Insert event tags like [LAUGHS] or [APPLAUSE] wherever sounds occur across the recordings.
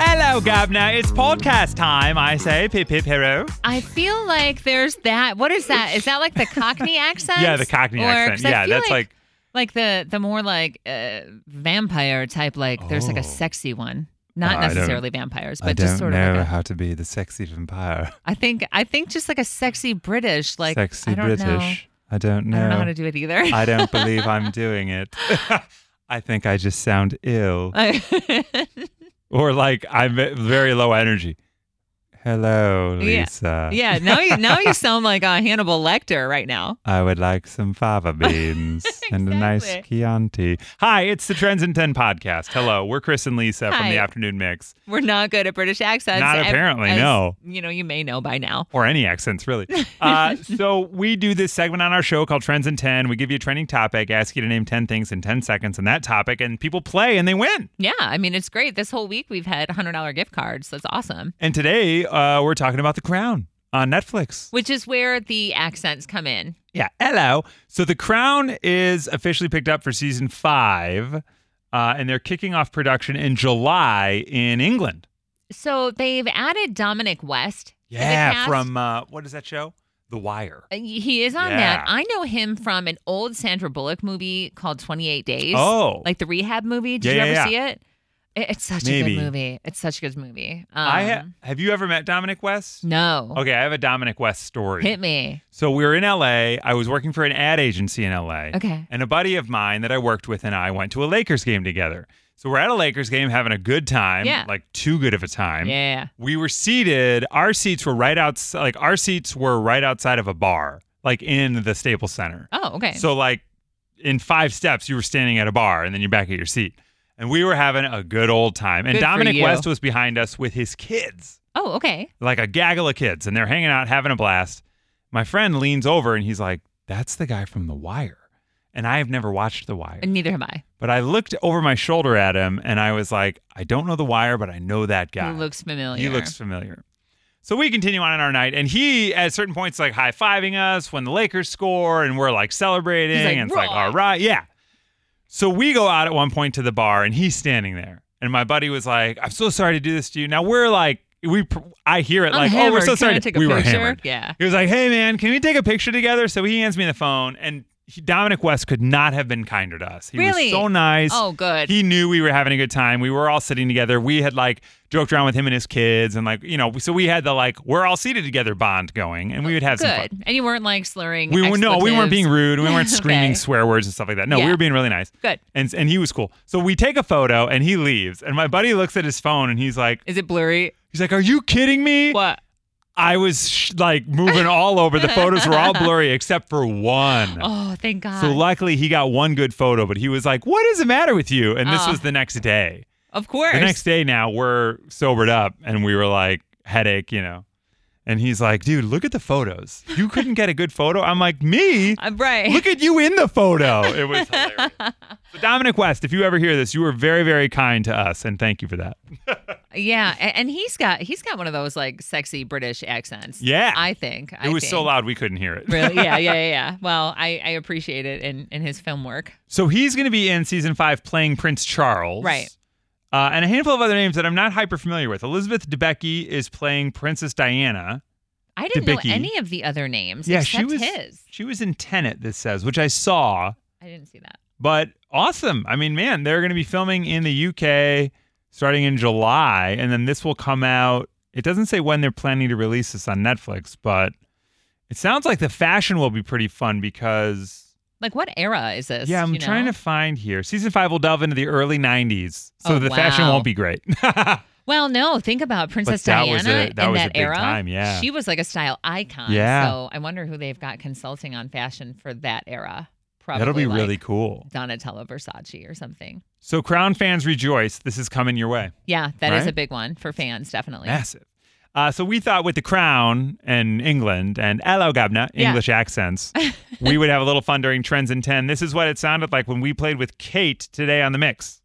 Hello, Gabna. It's podcast time, I say. Pip, pip, hero. I feel like there's that. What is that? Is that like the Cockney [LAUGHS] accent? Yeah, the Cockney accent. Yeah, that's like- like the the more like uh, vampire type. Like there's like Oh. a sexy one, Uh, not I don't- necessarily vampires, I but don't just sort know of. Like a, how to be the sexy vampire. I think I think just like a sexy British, like sexy I don't British. Know, I don't know. I don't know how to do it either. [LAUGHS] I don't believe I'm doing it. [LAUGHS] I think I just sound ill [LAUGHS] or like I'm very low energy. Hello, Yeah. Lisa. yeah, now you now you sound like uh, Hannibal Lecter right now. I would like some fava beans and a nice Exactly. Chianti. Hi, it's the Trends in 10 podcast. Hello, we're Chris and Lisa from the Hi. Afternoon Mix. We're not good at British accents. Not and- apparently, as, no. You know, you may know by now. or any accents really. Uh, so we do this segment on our show called Trends in 10. We give you a trending topic, ask you to name 10 things in 10 seconds on that topic, and people play and they win. Yeah, I mean it's great. This whole week we've had hundred dollar gift cards. That's awesome. And today uh, we're talking about The Crown on Netflix. Which is where the accents come in. Yeah, hello. So The Crown is officially picked up for season five, uh, and they're kicking off production in July in England. So they've added Dominic West. to the Yeah, cast. from uh, what is that show? The Wire. Uh, he is on Yeah. that. I know him from an old Sandra Bullock movie called Twenty Eight Days. Oh. like the rehab movie. Did Yeah, you yeah, ever yeah. see it? It- It's such a Maybe. good movie. It's such a good movie. Um, I ha- Oh, have you ever met Dominic West? no. Okay, I have a Dominic West story. Hit me. So we were in LA. I was working for an ad agency in LA. Okay. And a buddy of mine that I worked with and I went to a Lakers game together. So we're at a Lakers game having a good time, Yeah. like too good of a time. Yeah. We were seated, our seats were right outside like our seats were right outside of a bar, like in the Staples Center. Oh, okay. So like in five steps you were standing at a bar and then you're back at your seat. And we were having a good old time. And Good for Dominic you. West was behind us with his kids oh, okay. like a gaggle of kids and they're hanging out having a blast. My friend leans over and he's like, "That's the guy from The Wire." And I have never watched The Wire. And neither have I. But I looked over my shoulder at him and I was like, "I don't know The Wire, but I know that guy. He looks familiar. He looks familiar." So we continue on in our night and he at certain points like high-fiving us when the Lakers score and we're like celebrating He's like, and it's like, "Raw." "All right, yeah." So we go out at one point to the bar and he's standing there. And my buddy was like, I'm so sorry to do this to you. Now we're like, we, pr- I hear it I'm like, oh, we're hammered. so Can sorry. I to-" take a we were picture? hammered. Yeah. He was like, hey man, can we take a picture together? So he hands me the phone and he, Dominic West could not have been kinder to us. He Really? was so nice. Oh, good. He knew we were having a good time. We were all sitting together. We had like joked around with him and his kids and like, you know, so we had the like, we're all seated together bond going and we would have some fun. good. And you weren't like slurring. We were no, we weren't being rude. expletives. We weren't [LAUGHS] Okay. screaming swear words and stuff like that. No, we Yeah. were being really nice. Good. And and he was cool. So we take a photo and he leaves. And my buddy looks at his phone and he's like, Is it blurry? he's like, "Are you kidding me? What? I was sh- like moving all over. The photos were all blurry [LAUGHS] except for one. Oh, thank God. So luckily he got one good photo, but he was like, "What is the matter with you?" And this Oh. was the next day. of course. The next day now we're sobered up and we were like headache, you know. And he's like, "Dude, look at the photos. You couldn't get a good photo." I'm like, "Me?" I'm Uh, right. Look at you in the photo. It was hilarious. So Dominic West, if you ever hear this, you were very, very kind to us, and thank you for that. [LAUGHS] Yeah, a- and he's got he's got one of those like sexy British accents. Yeah. I think I it was so think. loud we couldn't hear it. [LAUGHS] Really? [LAUGHS] Yeah, yeah, yeah, yeah. Well, I, I appreciate it in, in his film work. So he's going to be in season five playing Prince Charles. Right. Uh, and a handful of other names that I'm not hyper familiar with. Elizabeth Debicki is playing Princess Diana. I didn't know Debicki. any of the other names. Yeah, except she was his. she was in Tenet. This says, which I saw, I didn't see that. but awesome. I mean, man, they're going to be filming in the UK starting in July, and then this will come out. It doesn't say when they're planning to release this on Netflix, but it sounds like the fashion will be pretty fun because Like, what era is this? yeah, I'm you trying know? to find here. Season five will delve into the early '90s, so Oh, the fashion wow. won't be great. [LAUGHS] Well, no. Think about Princess that Diana was a- that in was a that big era. time, yeah. she was like a style icon. Yeah. So I wonder who they've got consulting on fashion for that era. Probably That'll be like really cool. Donatella Versace or something. So, Crown fans rejoice. This is coming your way. Yeah, that is Right? a big one for fans, definitely. Massive. Uh, so, we thought with the Crown and England and hello, Gabna, Yeah. English accents, we would have a little fun during Trends in 10. This is what it sounded like when we played with Kate today on The Mix.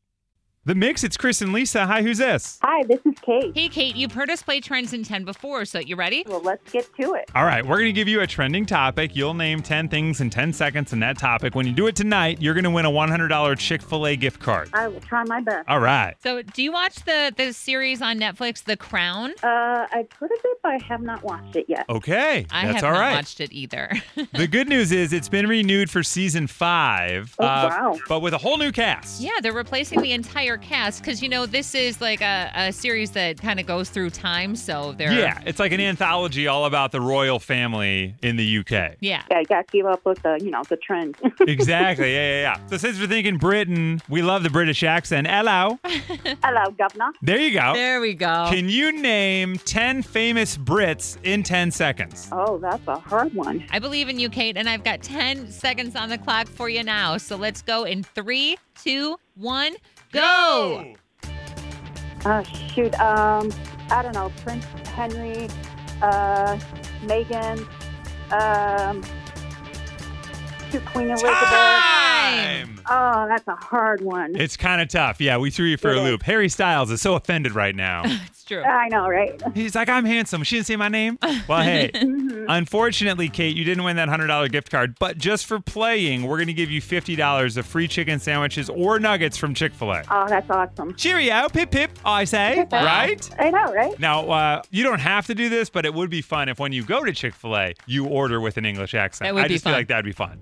The mix, it's Chris and Lisa. Hi, who's this? Hi, this is Kate. Hey, Kate, you've heard us play Trends in 10 before, so you ready? Well, let's get to it. All right, we're going to give you a trending topic. You'll name 10 things in 10 seconds in that topic. When you do it tonight, you're going to win a $100 Chick fil A gift card. I will try my best. All right. So, do you watch the, the series on Netflix, The Crown? Uh, I've heard of it, but I have not watched it Oh. yet. Okay. I that's have all not right. watched it either. [LAUGHS] The good news is it's been renewed for season five. uh, Oh, wow. But with a whole new cast. yeah, they're replacing the entire cast because, you know, this is like a, a series that kind of goes through time. So, they're. Yeah, it's like an anthology all about the royal family in the UK. Yeah. I got to give up with the, you know, the trend. exactly. Yeah, yeah, yeah. So since we're thinking Britain, we love the British accent. Hello. [LAUGHS] Hello, governor. There you go. There we go. Can you name 10 famous Brits in 10 seconds? Oh, that's a hard one. I believe in you, Kate, and I've got 10 seconds on the clock for you now. So, let's go in three, two, one, go. Oh, shoot. Um, I don't know. Prince Henry, uh, Megan, um, shoot, Queen Elizabeth. Time! Oh, that's a hard one. It's kind of tough. Yeah, we threw you for a It is. loop. Harry Styles is so offended right now. [LAUGHS] It's true. [LAUGHS] I know, right? [LAUGHS] He's like, I'm handsome. She didn't say my name. Well, hey, Mm-hmm. unfortunately, Kate, you didn't win that $100 gift card. But just for playing, we're going to give you $50 of free chicken sandwiches or nuggets from Chick fil A. Oh, that's awesome. Cheerio, pip pip, I say, Wow. right? I know, right? [LAUGHS] Now, uh, you don't have to do this, but it would be fun if when you go to Chick fil A, you order with an English accent. That would I be just fun. feel like that'd be fun.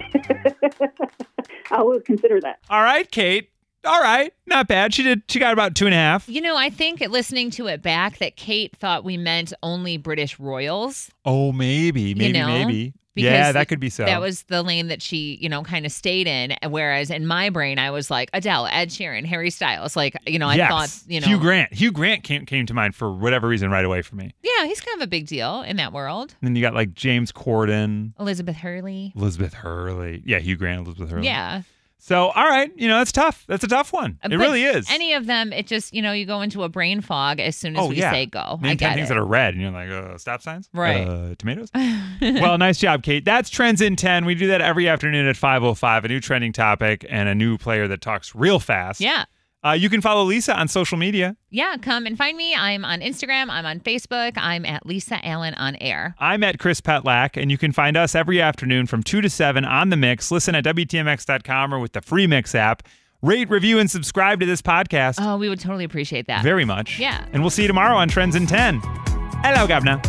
I will consider that. All right, Kate. All right. Not bad. She did. She got about two and a half. You know, I think listening to it back that Kate thought we meant only British royals. Oh, maybe. Maybe, know, maybe. because Yeah, that could be so. That was the lane that she, you know, kind of stayed in. Whereas in my brain, I was like Adele, Ed Sheeran, Harry Styles. Like, you know, I Yes. thought, you know, Hugh Grant. Hugh Grant came, came to mind for whatever reason right away for me. yeah, he's kind of a big deal in that world. And then you got like James Corden, Elizabeth Hurley. Elizabeth Hurley. Yeah, Hugh Grant, Elizabeth Hurley. Yeah. So, all right. You know, that's tough. That's a tough one. Uh, it but really is. Any of them, it just, you know, you go into a brain fog as soon as Oh, we yeah. say go. Name I 10 get things it. that are red, and you're like, uh, stop signs? Right. Uh, [LAUGHS] tomatoes? well, nice job, Kate. That's Trends in 10. We do that every afternoon at 5.05, a new trending topic and a new player that talks real fast. yeah. Uh, you can follow Lisa on social media. Yeah. Come and find me. I'm on Instagram. I'm on Facebook. I'm at Lisa Allen on air. I'm at Chris Petlack, and you can find us every afternoon from 2 to 7 on The Mix. Listen at WTMX.com or with the free Mix app. Rate, review, and subscribe to this podcast Oh, we would totally appreciate that. very much. Yeah. And we'll see you tomorrow on Trends in 10. Hello, Governor.